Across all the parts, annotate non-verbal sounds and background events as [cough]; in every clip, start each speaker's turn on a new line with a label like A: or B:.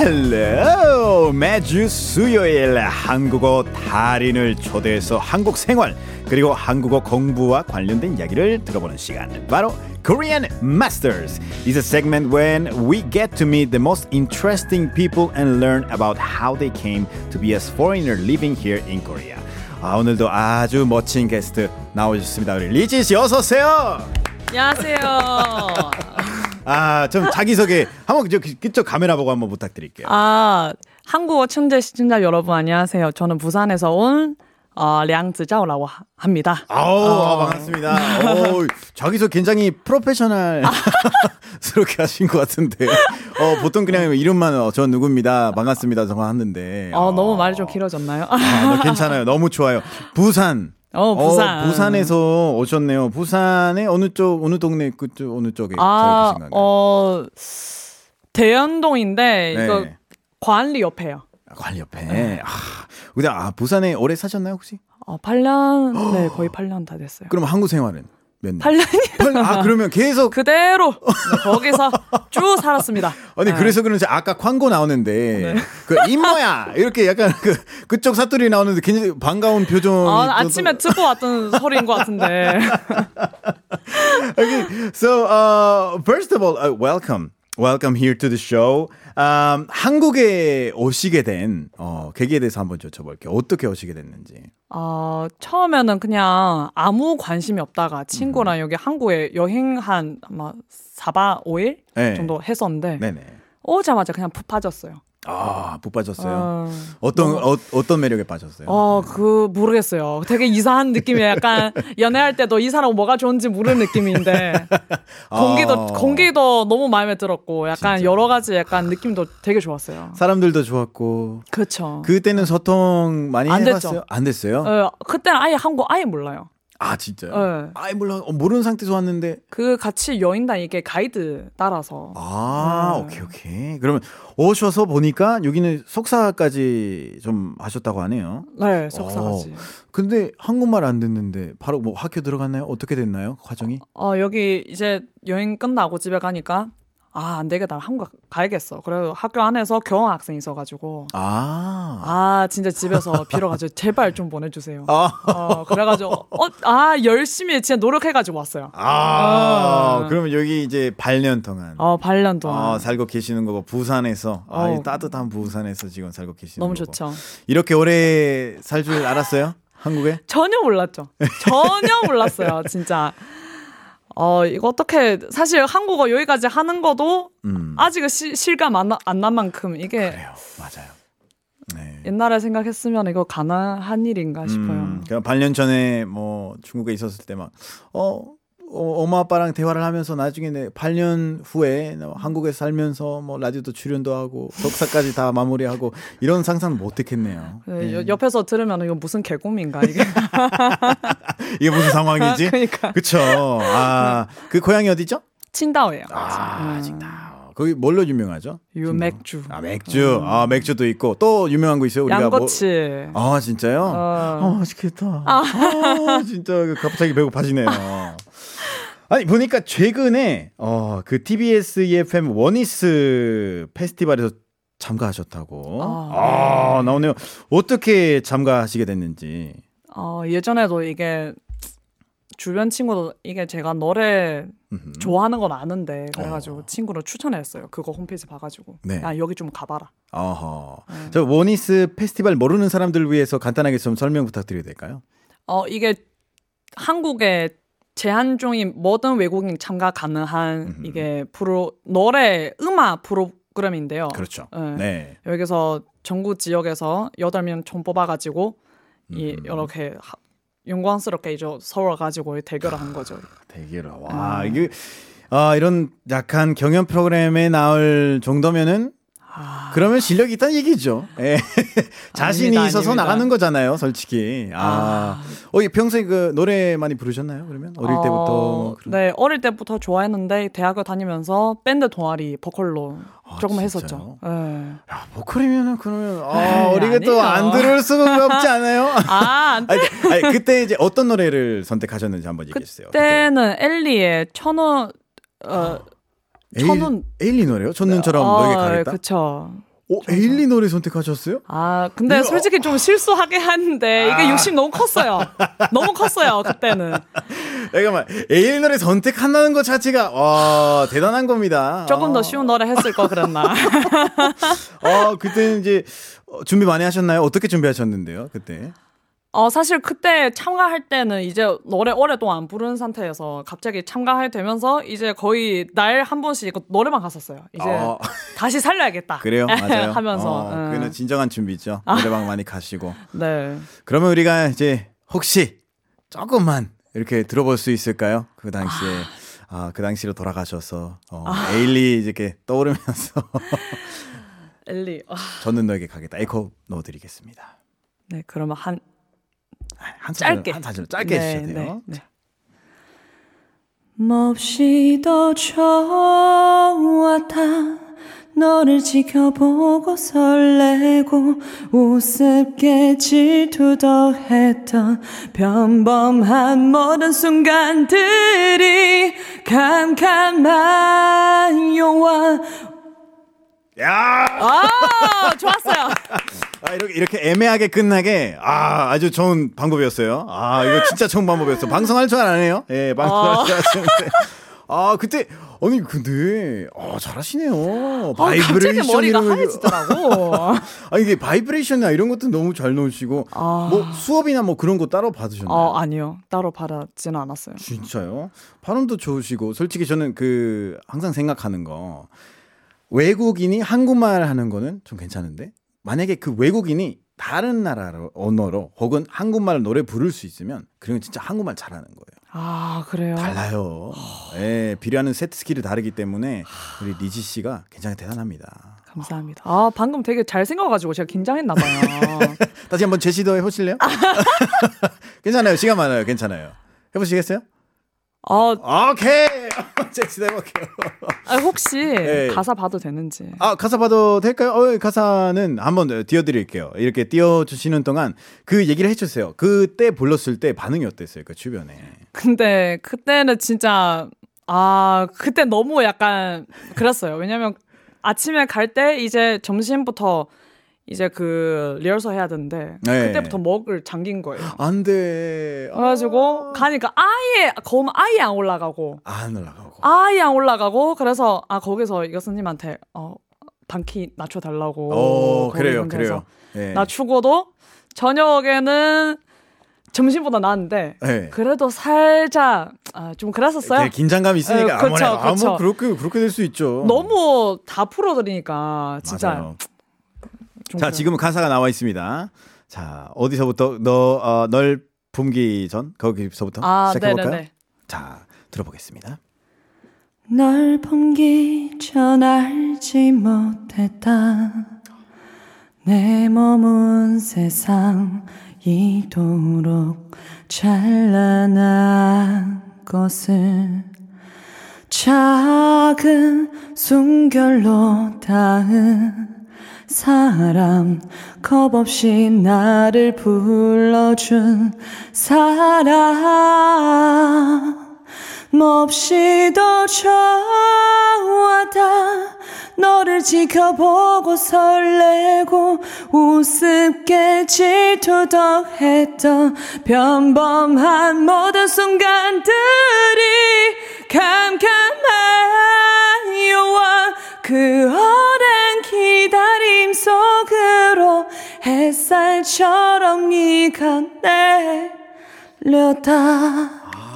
A: 헬로 매주 수요일 한국어 달인을 초대해서 한국 생활 그리고 한국어 공부와 관련된 이야기를 들어보는 시간 바로 Korean Masters is a segment when we get to meet the most interesting people and learn about how they came to be as foreigner living here in Korea 아 오늘도 아주 멋진 게스트 나오셨습니다 우리 리지 씨 어서 오세요
B: 안녕하세요.
A: 아 좀 자기소개 한번 저 그쪽 카메라 보고 한번 부탁드릴게요
B: 아, 한국어 청자 시청자 여러분 안녕하세요. 저는 부산에서 온 어, 량즈자오라고 하- 합니다. 어,
A: 아우 아, 반갑습니다. 오, 저기서 굉장히 [laughs] 프로페셔널스럽게 하신 것 같은데, 어 보통 그냥 이름만 어, 저 누굽니다, 반갑습니다, 저거 하는데.
B: 어, 너무 말이 좀 길어졌나요?
A: 아, 나 괜찮아요, 너무 좋아요. 부산.
B: 어, 부산.
A: 부산에서 오셨네요. 부산의 어느 쪽, 어느 동네 그쪽 어느 쪽에
B: 아,
A: 살고 계신가요?
B: 어, 대연동인데
A: 네.
B: 이거 관리 옆에요.
A: 아, 관리 옆에. 아, 근데 아 부산에 오래 사셨나요 혹시?
B: 어, 8년,
A: [gasps]
B: 네, 거의 8년 다 됐어요.
A: 그럼 한국 생활은 몇 년?
B: 8년이 [laughs]
A: 팔- 아 그러면 계속
B: 그대로 네, 거기서 쭉
A: [laughs]
B: 살았습니다.
A: 아니
B: 네.
A: 그래서 그런지 아까 광고 나오는데 그 임모야 이렇게 약간 그 그쪽 사투리 나오는데 굉장히 반가운 표정.
B: 아, 아침에 듣고 왔던 소리인 것 같은데.
A: So uh, first of all, uh, welcome. Welcome here to the show. Um, 한국에 오시게 된 어, 계기에 대해서 한번 여쭤볼게요. 어떻게 오시게 됐는지.
B: 어, 처음에는 그냥 아무 관심이
A: 음.
B: 없다가 친구랑 여기 한국에 여행 한 아마 4박 5일
A: 네.
B: 정도 했었는데
A: 네네.
B: 오자마자 그냥 푹 빠졌어요.
A: 아, 푹 빠졌어요. 네.
B: 어,
A: 어떤 어, 어떤 매력에 빠졌어요?
B: 어, 그 모르겠어요. 되게 이상한
A: [laughs]
B: 느낌이에요. 약간 연애할 때도 이 사람 뭐가 좋은지 모르는 느낌인데 공기도
A: 아.
B: 공기도 너무 마음에 들었고 약간 여러 가지 약간 느낌도 되게 좋았어요.
A: 사람들도 좋았고
B: 그렇죠.
A: 그때는 소통 많이
B: 안
A: 해봤어요?
B: 됐죠.
A: 안 됐어요?
B: 어, 그때는 아예 한국 아예 몰라요.
A: 아 진짜요?
B: 네.
A: 아이 몰라 어, 모르는 상태에서 왔는데
B: 그 같이 여행단 이게 가이드 따라서
A: 아,
B: 네.
A: 오케이, 오케이. 그러면 오셔서 보니까 여기는 석사까지 좀 하셨다고 하네요.
B: 네, 속상하지.
A: 어, 근데 한국말 안 듣는데 바로 뭐 학교 들어갔나요? 어떻게 됐나요? 그 과정이?
B: 어, 여기 이제 여행 끝나고 집에 가니까 아, 안 되겠다. 한국 가야겠어. 그래서 학교 안에서 교환 학생 있어 가지고
A: 아.
B: 아,
A: [laughs]
B: 진짜 집에서 빌어가지고 제발 좀 보내주세요.
A: 아.
B: 어, 그래가지고 어, 아 열심히 진짜 노력해가지고 왔어요.
A: 아.
B: 아.
A: 그러면 여기 이제 8년 동안
B: 어, 8년 동안
A: 아, 살고 계시는 거고 부산에서 아, 이
B: 어.
A: 따뜻한 부산에서 지금 살고 계시는
B: 너무
A: 거고.
B: 좋죠.
A: 이렇게 오래 살 줄 알았어요? 한국에?
B: 전혀 몰랐죠. 전혀
A: [laughs]
B: 몰랐어요, 진짜. 어, 이거 어떻게 사실 한국어 여기까지 하는 것도
A: 음.
B: 아직은 시- 실감 안, 나- 안 난만큼 이게
A: 그래요. 맞아요. 네.
B: 옛날에 생각했으면 이거 가능한 일인가 싶어요.
A: 음, 그냥 8년 전에 뭐 중국에 있었을 때 막 어, 어, 엄마 아빠랑 대화를 하면서 나중에 내 8년 후에 나 한국에 살면서 뭐 라디오도 출연도 하고 독사까지 다 마무리하고 이런 상상 못 했겠네요.
B: 네, 여- 옆에서 들으면 이거 무슨 개꿈인가 이게.
A: 이게 무슨 상황인지?
B: [laughs]
A: [laughs]
B: 그러니까 네.
A: 그쵸. 아, 그 고향이 어디죠?
B: 칭다오예요. 음.
A: 아, 칭다. 거기 뭘로 유명하죠?
B: 유 맥주,
A: 아, 맥주. 아, 맥주도 있고 또 유명한 거 있어요. 우리가 뭐-
B: 음. 양꼬치. 어,
A: 아 진짜요? 아 맛있겠다. 아, 진짜 갑자기 배고파지네요. 아니 보니까 최근에 어그 TBS EFM 원이스 페스티벌에서 참가하셨다고. 아,
B: 아.
A: 나오네요. 어떻게 참가하시게 됐는지.
B: 어, 예전에도 이게 주변 친구도 이게 제가 노래
A: 음흠.
B: 좋아하는 건 아는데 그래가지고
A: 어.
B: 친구를 추천했어요. 그거 홈페이지 봐가지고
A: 네.
B: 야 여기 좀 가봐라.
A: 어허. 저 원이스 페스티벌 모르는 사람들 위해서 간단하게 좀 설명 부탁드려도 될까요?
B: 어 이게 한국의 제한 중인 모든 외국인 참가 가능한
A: 음흠.
B: 이게 프로 노래 음악 프로그램인데요.
A: 그렇죠.
B: 네.
A: 네.
B: 여기서 전국 지역에서 여덟 명 총 뽑아가지고 이
A: 음.
B: 이렇게 하- 영광스럽게 이제 서울 가지고 대결을 한 거죠.
A: 대기라. 와 이게 아 이런 약간 경연 프로그램에 나올 정도면은
B: 아,
A: 그러면 실력이 있다는 얘기죠. 예. [laughs] 자신이
B: 아닙니다,
A: 있어서
B: 아닙니다.
A: 나가는 거잖아요, 솔직히. 아. 어, 이 평소에 그 노래 많이 부르셨나요? 그러면 어릴
B: 어,
A: 때부터 뭐 그런.
B: 네 어릴 때부터 좋아했는데 대학교 다니면서 밴드 동아리 보컬로
A: 아,
B: 조금
A: 진짜요?
B: 했었죠.
A: [laughs]
B: 예.
A: 야, 보컬이면은 그러면 아,
B: 에이,
A: 어리게 또
B: 네, 아니에요.
A: 안 들을 수가
B: [laughs]
A: 없지 않아요? [laughs]
B: 아 안-
A: 아니, 아니, 그때 이제 어떤 노래를 선택하셨는지 한번 얘기해 주세요.
B: 그때는 엘리의 천원 어
A: 에일-
B: 천운.
A: 에일리 노래요? 첫눈처럼
B: 어,
A: 너에게 가겠다.
B: 그쵸.
A: 오, 에일리 노래 선택하셨어요?
B: 아, 근데 솔직히 좀 실수하게 하는데 이게
A: 아.
B: 욕심 너무 컸어요. 너무 컸어요, 그때는.
A: 잠깐만 에일리 노래 선택한다는 것 자체가 와 대단한 겁니다.
B: 조금
A: 아.
B: 더 쉬운 노래 했을
A: [laughs]
B: 걸 그랬나.
A: 아 그때 이제 어, 준비 많이 하셨나요? 어떻게 준비하셨는데요? 그때
B: 어, 사실 그때 참가할 때는 이제 노래 오랫동안 안 부른 상태여서 갑자기 참가하게 되면서 이제 거의 날 한 번씩 이거 노래만 갔었어요. 이제
A: 아.
B: 다시 살려야겠다. [laughs]
A: 그래요? 맞아요.
B: 하면서.
A: 어,
B: 음. 아.
A: 그는 진정한 준비죠. 노래방 많이 가시고
B: 네.
A: 그러면 우리가 이제 혹시 조금만 이렇게 들어볼 수 있을까요? 그 당시에 아, 그 당시로 돌아가셔서 어, 에일리 이렇게 떠오르면서 [laughs]
B: 엘리. 아,
A: 저는 너에게 가겠다. 에코 넣어드리겠습니다. 아,
B: 네, 그러면 한
A: 한
B: 짧게.
A: 소절, 한 사절 짧게 해주셔도 돼요.
B: 네, 네. 몹시도 좋았다 너를 지켜보고 설레고 우습게 질투도 했던 평범한 모든 순간들이 캄캄한 영화
A: 야!
B: 아 좋았어요
A: 아, 이렇게, 이렇게 애매하게 끝나게, 아, 아주 좋은 방법이었어요. 아, 이거 진짜 좋은 방법이었어. 방송할 줄 아네요. 예, 방송할 줄 아시는데. 아, 그때, 아니, 근데, 아, 잘하시네요.
B: 아, 갑자기 머리가
A: 이런 거-
B: 하얘지더라고
A: 아 이게 바이브레이션이나 이런 것도 너무 잘 넣으시고
B: 아.
A: 뭐 수업이나 뭐 그런 거 따로 받으셨나요?
B: 어 아니요 따로 받았지는 않았어요
A: 진짜요? 발음도 좋으시고 솔직히 저는 그 항상 생각하는 거 외국인이 한국말 하는 거는 좀 괜찮은데 만약에 그 외국인이 다른 나라 언어로 혹은 한국말 노래 부를 수 있으면 그건 진짜 한국말 잘하는 거예요.
B: 아 그래요
A: 달라요. 예, 비례하는 세트 스킬이 다르기 때문에 우리 리지 씨가 굉장히 대단합니다.
B: 감사합니다. 아 방금 되게 잘 생각가지고 제가 긴장했나
A: [laughs]
B: 봐요.
A: 다시 한번 제시도 해보실래요? [laughs] 괜찮아요. 시간 많아요. 괜찮아요. 해보시겠어요?
B: 아,
A: 오케이. [laughs] 제시도 해볼게요.
B: 아, 혹시
A: 예.
B: 가사 봐도 되는지.
A: 아 가사 봐도 될까요? 어, 가사는 한번 띄워드릴게요. 이렇게 띄워주시는 동안 그 얘기를 해주세요. 그때 불렀을 때 반응이 어땠어요? 그 주변에.
B: 근데 그때는 진짜 아 그때 너무 약간 그랬어요. 왜냐면 아침에 갈 때 이제 점심부터 이제 그 리허설 해야 되는데
A: 네. 아.
B: 그때부터 먹을 잠긴 거예요.
A: 안 돼. 아,
B: 그래가지고 가니까 아예 검 아예 안 올라가고
A: 안 올라가고.
B: 아예 안 올라가고 그래서 아 거기서 이거 스님한테 어 반키 낮춰달라고
A: 오,
B: 거기
A: 어, 그래요,
B: 근처에서
A: 그래요. 예.
B: 낮추고도 저녁에는 점심보다 나았는데
A: 네.
B: 그래도 살짝 아, 좀 그랬었어요.
A: 되게 긴장감이 있으니까
B: 에, 그쵸,
A: 아무래도 아무
B: 그쵸.
A: 그렇게 그렇게 될 수 있죠.
B: 너무 다 풀어드리니까 진짜
A: 맞아요.
B: 좀
A: 자,
B: 그래요.
A: 지금 가사가 나와 있습니다. 자, 어디서부터 너, 어, 널 붐기 전 거기서부터
B: 아
A: 시작해볼까요?
B: 네네네.
A: 자, 들어보겠습니다.
B: 널 본기 전 알지 못했다 내 머문 세상 이토록 찬란한 것을 작은 숨결로 닿은 사람 겁 없이 나를 불러준 사람 몹시도 좋아하다 너를 지켜보고 설레고 우습게 질투도 했던 평범한 모든 순간들이 캄캄한 요원 그 오랜 기다림 속으로 햇살처럼 네가 내려다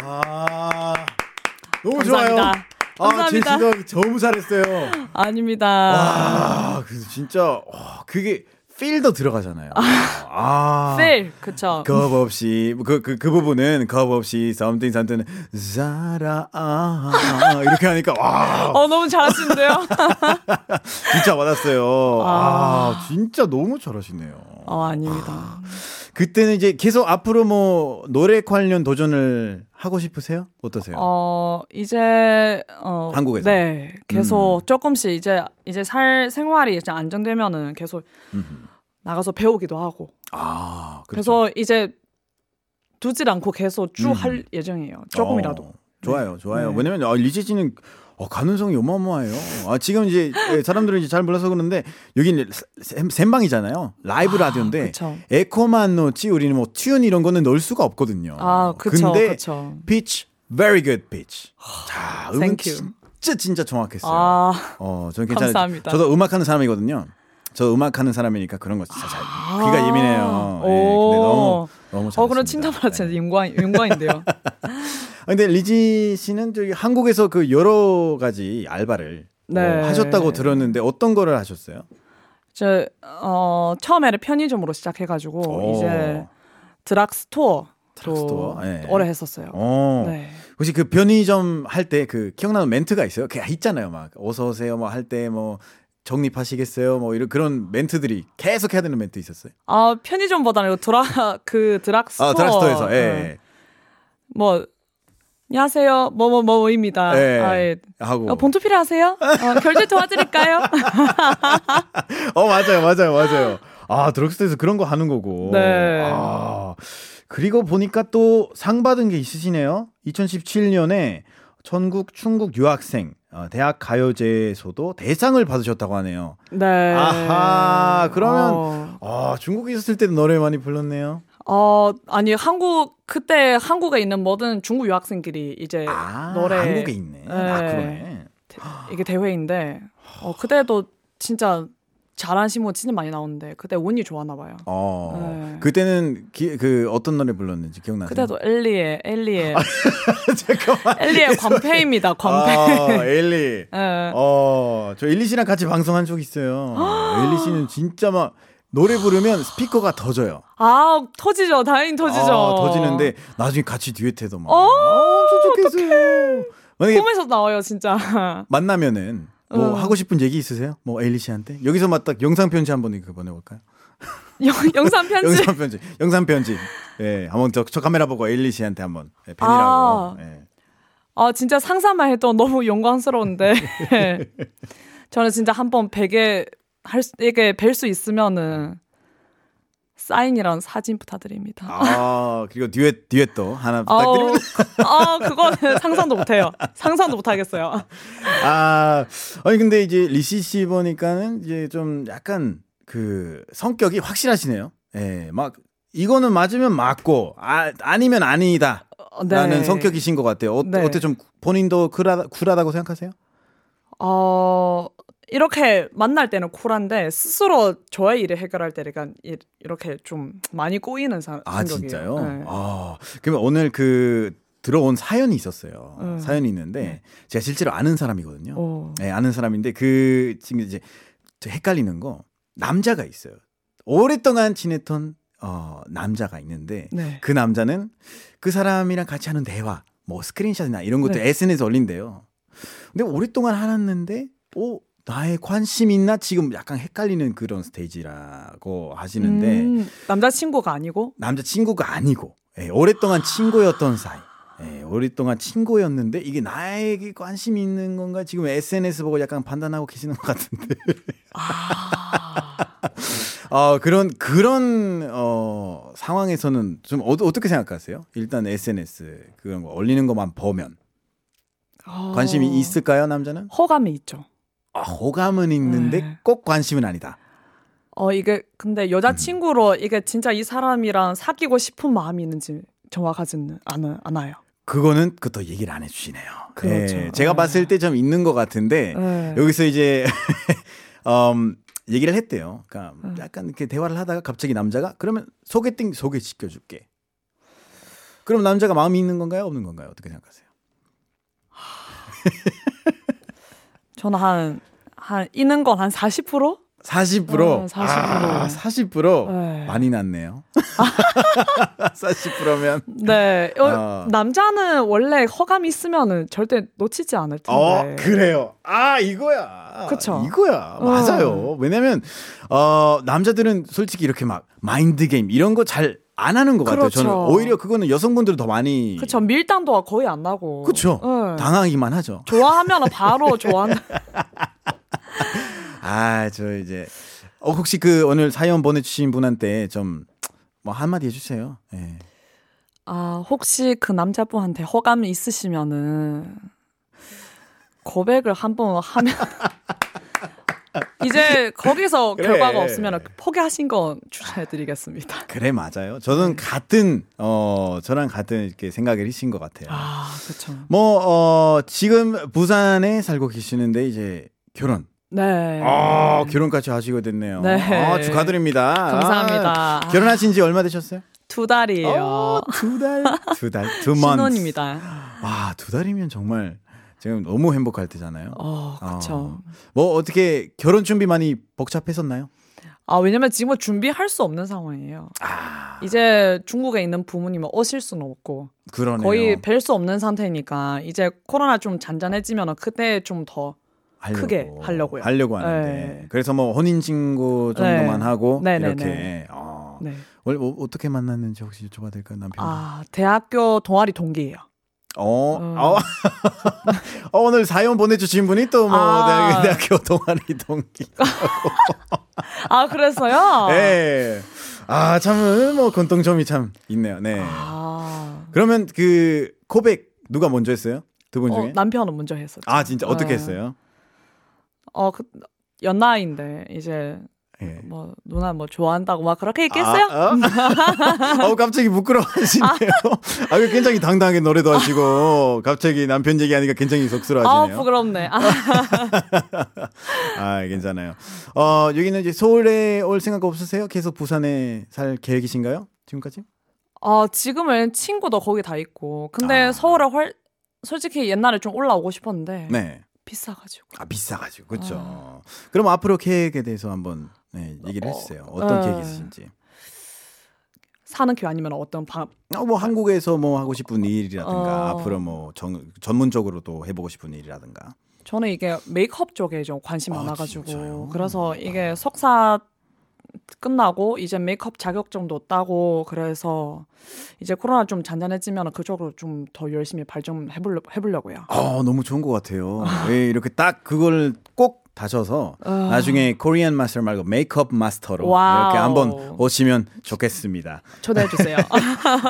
A: 아, 너무
B: 감사합니다.
A: 좋아요.
B: 감사합니다.
A: 아, 제시도 너무 잘했어요.
B: 아닙니다.
A: 아, 그래서 진짜 와, 그게 필도 들어가잖아요. 아.
B: 필 네, 그쵸.
A: 겁 없이 그 그 그 부분은 겁 없이 something something 사랑 이렇게 하니까 와
B: 어 너무 잘하시는데요. [laughs]
A: 진짜 받았어요. 아,
B: 아.
A: 진짜 너무 잘하시네요.
B: 어 아닙니다.
A: 그때는 이제 계속 앞으로 뭐 노래 관련 도전을 하고 싶으세요? 어떠세요?
B: 어 이제 어
A: 한국에서? 음.
B: 네 계속 조금씩 이제 이제 살 생활이 이제 안정되면은 계속
A: 음흠.
B: 나가서 배우기도 하고
A: 아,
B: 그
A: 그렇죠.
B: 래서 이제 두질 않고 계속
A: 음.
B: 쭉 할 예정이에요. 조금이라도.
A: 어, 좋아요, 좋아요.
B: 네.
A: 왜냐면 아, 리지 씨는 어, 가능성이 어마어마해요. 아, 지금 이제 예, 사람들은 이제 잘 몰라서 그러는데 여기는 샘- 샘방이잖아요. 라이브 라디오인데
B: 그쵸.
A: 에코만 넣지 우리는 뭐 튠 이런 거는 넣을 수가 없거든요.
B: 아, 그쵸,
A: 어. 근데
B: 그쵸.
A: pitch very good pitch. 자, 음은
B: thank you.
A: 진짜 진짜 정확했어요.
B: 아,
A: 어, 저는 괜찮아요.
B: 감사합니다.
A: 저도 음악하는 사람이거든요. 저 음악하는 사람이니까 그런 거 진짜 잘 귀가 예민해요. 예, 근데 너무 너무 잘.
B: 아, 어, 그런 칭찬 받았지.
A: 네.
B: 영광,
A: [laughs]
B: 영광인데요.
A: 아, 근데 리지 씨는 저기 한국에서 그 여러 가지 알바를 어,
B: 네.
A: 하셨다고 들었는데 어떤 거를 하셨어요?
B: 저, 어, 처음에는 편의점으로 시작해가지고,
A: 오.
B: 어, 이제 드락스토어도
A: 드락스토어, 예.
B: 오래 했었어요.
A: 어.
B: 네.
A: 혹시 그 편의점 할 때 그 기억나는 멘트가 있어요? 그 있잖아요. 막 어서 오세요 뭐 할 때 뭐 정립하시겠어요? 뭐 이런 그런 멘트들이 계속 해야 되는 멘트 있었어요.
B: 아, 편의점보다는 이거 드라, [laughs] 그 드락스토어.
A: 아, 드라스토에서. 예.
B: 네. 뭐, 안녕하세요. 뭐뭐뭐입니다.
A: 예. 예.
B: 아, 예.
A: 하고.
B: 어, 봉투 필요하세요? 어, 결제 도와드릴까요?
A: 어 맞아요 맞아요 맞아요 아 드럭스토어에서 그런 거 하는 거고
B: 네.
A: 아 그리고 보니까 또 상 받은 게 있으시네요 2017년에 전국 충북 유학생 어, 대학 가요제에서도 대상을 받으셨다고 [laughs] 하네요
B: 네.
A: 아하, 그러면-
B: 어.
A: 아 중국에 있었을 때도 노래 많이 불렀네요
B: 어, 아니 한국 그때 한국에 있는 모든 중국 유학생들이 이제
A: 아
B: 노래
A: 한국에 있네 아
B: 네.
A: 그러네
B: 대- 이게 대회인데 어, 그때도 진짜 잘한 신문 진짜 많이 나오는데 그때 운이 좋았나 봐요.
A: 어
B: 네.
A: 그때는 기- 그 어떤 네. 노래 불렀는지 기억나세요?
B: 그때도 엘리의 엘리의
A: [laughs] 잠깐만
B: 엘리의 광패입니다. 광패.
A: 아 엘리
B: [laughs] 예.
A: 어, 저 일리 씨랑 같이 방송한 적
B: [gasps]
A: 있어요. 일리 씨는 진짜 막 노래 부르면 스피커가 터져요.
B: 아 터지죠. 다행히 터지죠.
A: 아, 터지는데 나중에 같이 듀엣해도 막.
B: 어,
A: 아, 엄청 좋겠어요. 만약에
B: 꿈에서 나와요 진짜. [laughs]
A: 만나면은 뭐
B: 어.
A: 하고 싶은 얘기 있으세요? 뭐 엘리 씨한테? 여기서 막 딱 영상 편지 한번 이렇게 보내볼까요?
B: 영, 영상 편지.
A: 영상 편지, 영상 편지. 예, 한번 저, 저 카메라 보고 엘리 씨한테 한번 예, 팬이라고.
B: 아.
A: 예.
B: 아 진짜 상상만 해도
A: [laughs]
B: 너무 영광스러운데 저는 진짜 한번 베개 할 수, 이게 뵐 수 있으면은 사인이랑 사진 부탁드립니다.
A: 아 그리고 듀엣 듀엣도 하나
B: 아우,
A: 부탁드립니다.
B: 아 그거는 상상도 못해요. 상상도 못하겠어요.
A: 아, 아니 근데 이제 리시 씨 보니까는 이제 좀 약간 그 성격이 확실하시네요. 예, 막 이거는 맞으면 맞고 아, 아니면 아니다.
B: 어, 네.
A: 라는 성격이신 것 같아요. 어,
B: 네.
A: 어때 좀 본인도 쿨하다, 쿨하다고 생각하세요?
B: 어 이렇게 만날 때는 쿨한데 스스로 저의 일을 해결할 때 약간 이- 이렇게 좀 많이 꼬이는 사,
A: 아
B: 성격이에요.
A: 진짜요?
B: 네.
A: 아 그러면 오늘 그 들어온 사연이 있었어요.
B: 음.
A: 사연이 있는데 제가 실제로 아는 사람이거든요.
B: 어.
A: 네, 아는 사람인데 그 지금 이제 저 헷갈리는 거 남자가 있어요. 오랫동안 지냈던 어, 남자가 있는데
B: 네.
A: 그 남자는 그 사람이랑 같이 하는 대화, 뭐 스크린샷이나 이런 것도
B: 네.
A: SNS 에 올린대요. 근데 오랫동안 알았는데, 오 나의 관심 있나 지금 약간 헷갈리는 그런 스테이지라고 하시는데
B: 음, 남자친구가 아니고
A: 남자 친구가 아니고 예, 오랫동안 친구였던 사이. 예, 오랫동안 친구였는데 이게 나에게 관심이 있는 건가 지금 SNS 보고 약간 판단하고 계시는 것 같은데. [laughs] 아 그런 그런 어 상황에서는 좀 어, 떻게 생각하세요? 일단 SNS 그런 거 올리는 것만 보면
B: [laughs] 어.
A: 관심이 있을까요 남자는?
B: 호감이 있죠.
A: 아, 호감은 있는데
B: 네.
A: 꼭 관심은 아니다.
B: 어 이게 근데 여자친구로
A: 음.
B: 이게 진짜 이 사람이랑 사귀고 싶은 마음이 있는지 정확하지는 않아, 않아요.
A: 그거는 그것도 얘기를 안 해주시네요.
B: 그렇죠.
A: 예, 제가
B: 네.
A: 봤을 때 좀 있는 것 같은데
B: 네.
A: 여기서 이제 [laughs] 음, 얘기를 했대요. 그러니까
B: 음.
A: 약간 이렇게 대화를 하다가 갑자기 남자가 그러면 소개팅 소개시켜 줄게. 그럼 남자가 마음이 있는 건가요? 없는 건가요? 어떻게 생각하세요?
B: 저는 한, 한 있는 건 한 40%?
A: 40%?
B: 아, 40%.
A: 아, 40%?
B: 네.
A: 많이 났네요.
B: [laughs]
A: 40%면
B: 네. 어,
A: 아.
B: 남자는 원래 허감이 있으면은 절대 놓치지 않을 텐데.
A: 어 그래요. 아 이거야.
B: 네. 그쵸? 어.
A: 이거야. 맞아요. 왜냐면 어 남자들은 솔직히 이렇게 막 마인드 게임 이런 거 잘 안 하는 것 같아요.
B: 그렇죠.
A: 저는 오히려 그거는 여성분들은 더 많이
B: 그쵸 밀당도 거의 안 나고.
A: 그쵸?
B: 네.
A: 당하기만 하죠.
B: 좋아하면
A: [laughs]
B: 바로 좋아한다.
A: 아 저 이제 어 혹시 그 오늘 사연 보내주신 분한테 좀 뭐 한마디 해주세요. 예.
B: 아, 혹시 그 남자분한테 호감이 있으시면은 고백을 한번 하면 [laughs] 이제 거기서
A: [laughs] 그래.
B: 결과가 없으면 포기하신 건 추천해드리겠습니다.
A: 그래 맞아요. 저는 같은 어 저랑 같은 이렇게 생각을 하신 것 같아요.
B: 아 그렇죠.
A: 뭐 어, 지금 부산에 살고 계시는데 이제 결혼.
B: 네.
A: 아 결혼까지 하시게 됐네요.
B: 네.
A: 아, 축하드립니다.
B: 감사합니다.
A: 아, 결혼하신 지 얼마 되셨어요?
B: 두 달이에요.
A: 어, 두 [laughs] 달, 두 달, 두 번.
B: 신혼입니다.
A: 아, 두 달이면 정말 지금 너무 행복할 때잖아요.
B: 어 그렇죠.
A: 어, 뭐 어떻게 결혼 준비 많이 복잡했었나요?
B: 아 왜냐면 지금은 준비할 수 없는 상황이에요.
A: 아.
B: 이제 중국에 있는 부모님은 오실 수는 없고
A: 그러네요.
B: 거의 뵐 수 없는 상태니까 이제 코로나 좀 잔잔해지면 그때 좀 더
A: 하려고,
B: 크게 하려고요.
A: 하려고 하는데.
B: 네.
A: 그래서 뭐 혼인 친구 정도만
B: 네.
A: 하고
B: 네, 네,
A: 이렇게
B: 네.
A: 어.
B: 네.
A: 원래 뭐 어떻게 만났는지 혹시 여쭤봐도 될까요, 남편? 아.
B: 아 대학교 동아리 동기예요.
A: 어.
B: 음.
A: 어. [laughs] 어, 오늘 사연 보내 주신 분이 또 뭐
B: 아.
A: 대학교, 대학교 동아리 동기.
B: 아
A: [laughs]
B: 그래서요?
A: 예. 아, 참, 뭐, 공통점이 참 있네요. 네.
B: 아
A: 그러면 그, 고백, 누가 먼저 했어요? 두 분
B: 어,
A: 중에?
B: 남편은 먼저 했었죠.
A: 아, 진짜, 어떻게
B: 네.
A: 했어요?
B: 어 그, 연나인데 이제
A: 예.
B: 뭐 누나 뭐 좋아한다고 막 그렇게 얘기했어요.
A: 아, 어? [laughs] 우 갑자기 부끄러워하시네요. [laughs] 아, 그 굉장히 당당하게 노래도 하시고, 갑자기 남편 얘기하니까 굉장히
B: [laughs] 아,
A: 쑥스러워하시네요.
B: 부끄럽네. 아,
A: 아, 괜찮아요. 어, 여기는 이제 서울에 올 생각 없으세요? 계속 부산에 살 계획이신가요? 지금까지?
B: 어, 지금은 친구도 거기 다 있고. 근데
A: 아.
B: 서울에 훨 솔직히 옛날에 좀 올라오고 싶었는데
A: 네.
B: 비싸가지고.
A: 아, 비싸가지고. 그렇죠. 그럼 앞으로 계획에 대해서 한번 네, 얘기를 해주세요. 어떤
B: 아. 어.
A: 계획이 있으신지.
B: 사는 교 아니면 어떤 방
A: 어, 뭐 한국에서 뭐 하고 싶은 일이라든가
B: 어.
A: 앞으로 뭐 전, 전문적으로 또 해보고 싶은 일이라든가
B: 저는 이게 메이크업 쪽에 좀 관심이
A: 아,
B: 많아가지고
A: 진짜요? 음.
B: 그래서 이게 석사 끝나고 이제 메이크업 자격증도 따고 그래서 이제 코로나 좀 잔잔해지면 그쪽으로 좀 더 열심히 발전해보려 해보려고요.
A: 아 너무 좋은 것 같아요. 예, 이렇게 딱 그걸 꼭 다셔서 나중에 코리안 마스터 말고 메이크업 마스터로
B: 와우.
A: 이렇게 한번 오시면 좋겠습니다.
B: 초대해
A: [laughs]
B: 주세요.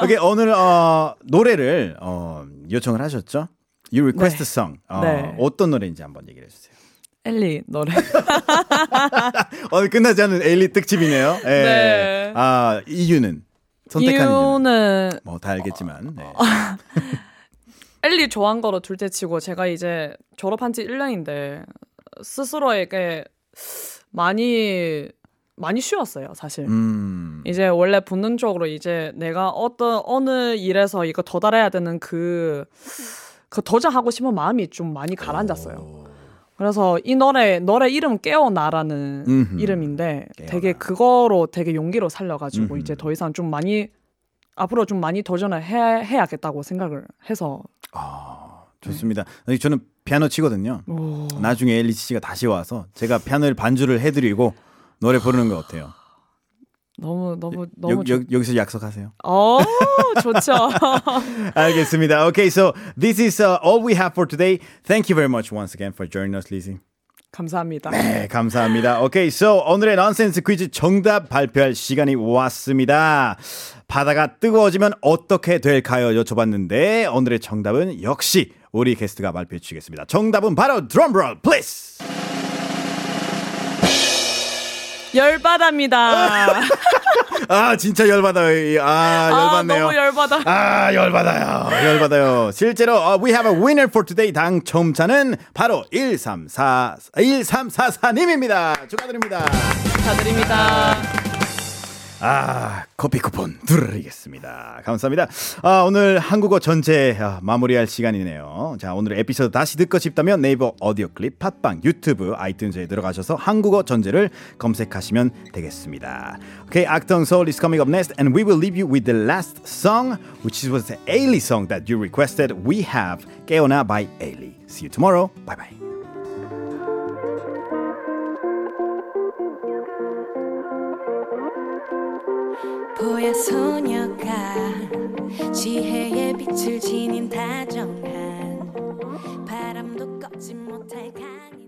A: 오케이 오늘 어, 노래를 어, 요청을 하셨죠? You request
B: 네.
A: song 어,
B: 네.
A: 어떤 노래인지 한번 얘기를 해주세요.
B: 엘리 노래.
A: 오늘 어, 끝나지 않은 에일리 특집이네요. 예.
B: 네.
A: 아 이유는 선택한 이유는,
B: 이유는 어.
A: 뭐 다 알겠지만 네.
B: 엘리 좋아한 거로 둘째 치고 제가 이제 졸업한 지 1년인데 스스로에게 많이 많이 쉬웠어요, 사실.
A: 음.
B: 이제 원래 본능적으로 이제 내가 어떤 어느 일에서 이거 도달해야 되는 그, 그 도전하고 싶은 마음이 좀 많이 가라앉았어요.
A: 오.
B: 그래서 이 노래, 노래 이름 깨어나라는
A: 음흠.
B: 이름인데
A: 깨어나.
B: 되게 그거로 되게 용기로 살려가지고
A: 음흠.
B: 이제 더 이상 좀 많이 앞으로 좀 많이 도전을 해, 해야겠다고 생각을 해서
A: 아, 좋습니다. 아니, 저는 피아노 치거든요.
B: 오.
A: 어. 나중에 엘리 씨가 다시 와서 제가 피아노를 반주를 해드리고 노래 부르는 거 어때요?
B: 너무 아, 너무
A: 여,
B: 너무 좋...
A: 여, 기서 약속하세요.
B: 어 좋죠. [laughs]
A: 알겠습니다. Okay, so this is uh, all we have for today. Thank you very much once again for joining us, Lizzie.
B: 감사합니다.
A: 네, 감사합니다. 오케이, so 오늘의 넌센스 퀴즈 정답 발표할 시간이 왔습니다. 바다가 뜨거워지면 어떻게 될까요? 여쭤봤는데 오늘의 정답은 역시 우리 게스트가 발표해 주시겠습니다. 정답은 바로 드럼롤, please.
B: 열받합니다.
A: 아, 진짜 열받아요. 이- 아,
B: 아
A: 열받네요.
B: 너무 열받아.
A: 아, 열받아요. 열받아요. 실제로 어, we have a winner for today 당첨자는 바로 134 1344님입니다. 축하드립니다.
B: 축하드립니다.
A: 아, 커피 쿠폰 드리겠습니다. 감사합니다. 아, 오늘 한국어 전체 아, 마무리할 시간이네요. 자, 오늘 에피소드 다시 듣고 싶다면 네이버 오디오 클립, 팟빵, 유튜브, 아이튠즈에 들어가셔서 한국어 전제를 검색하시면 되겠습니다. Okay, Acton Soul is coming up next and we will leave you with the last song which was the Ailey song that you requested. We have 깨어나 by Ailey. See you tomorrow. Bye bye.
C: 보야 소녀가 지혜의 빛을 지닌 다정한 바람도 꺾지 못할 강인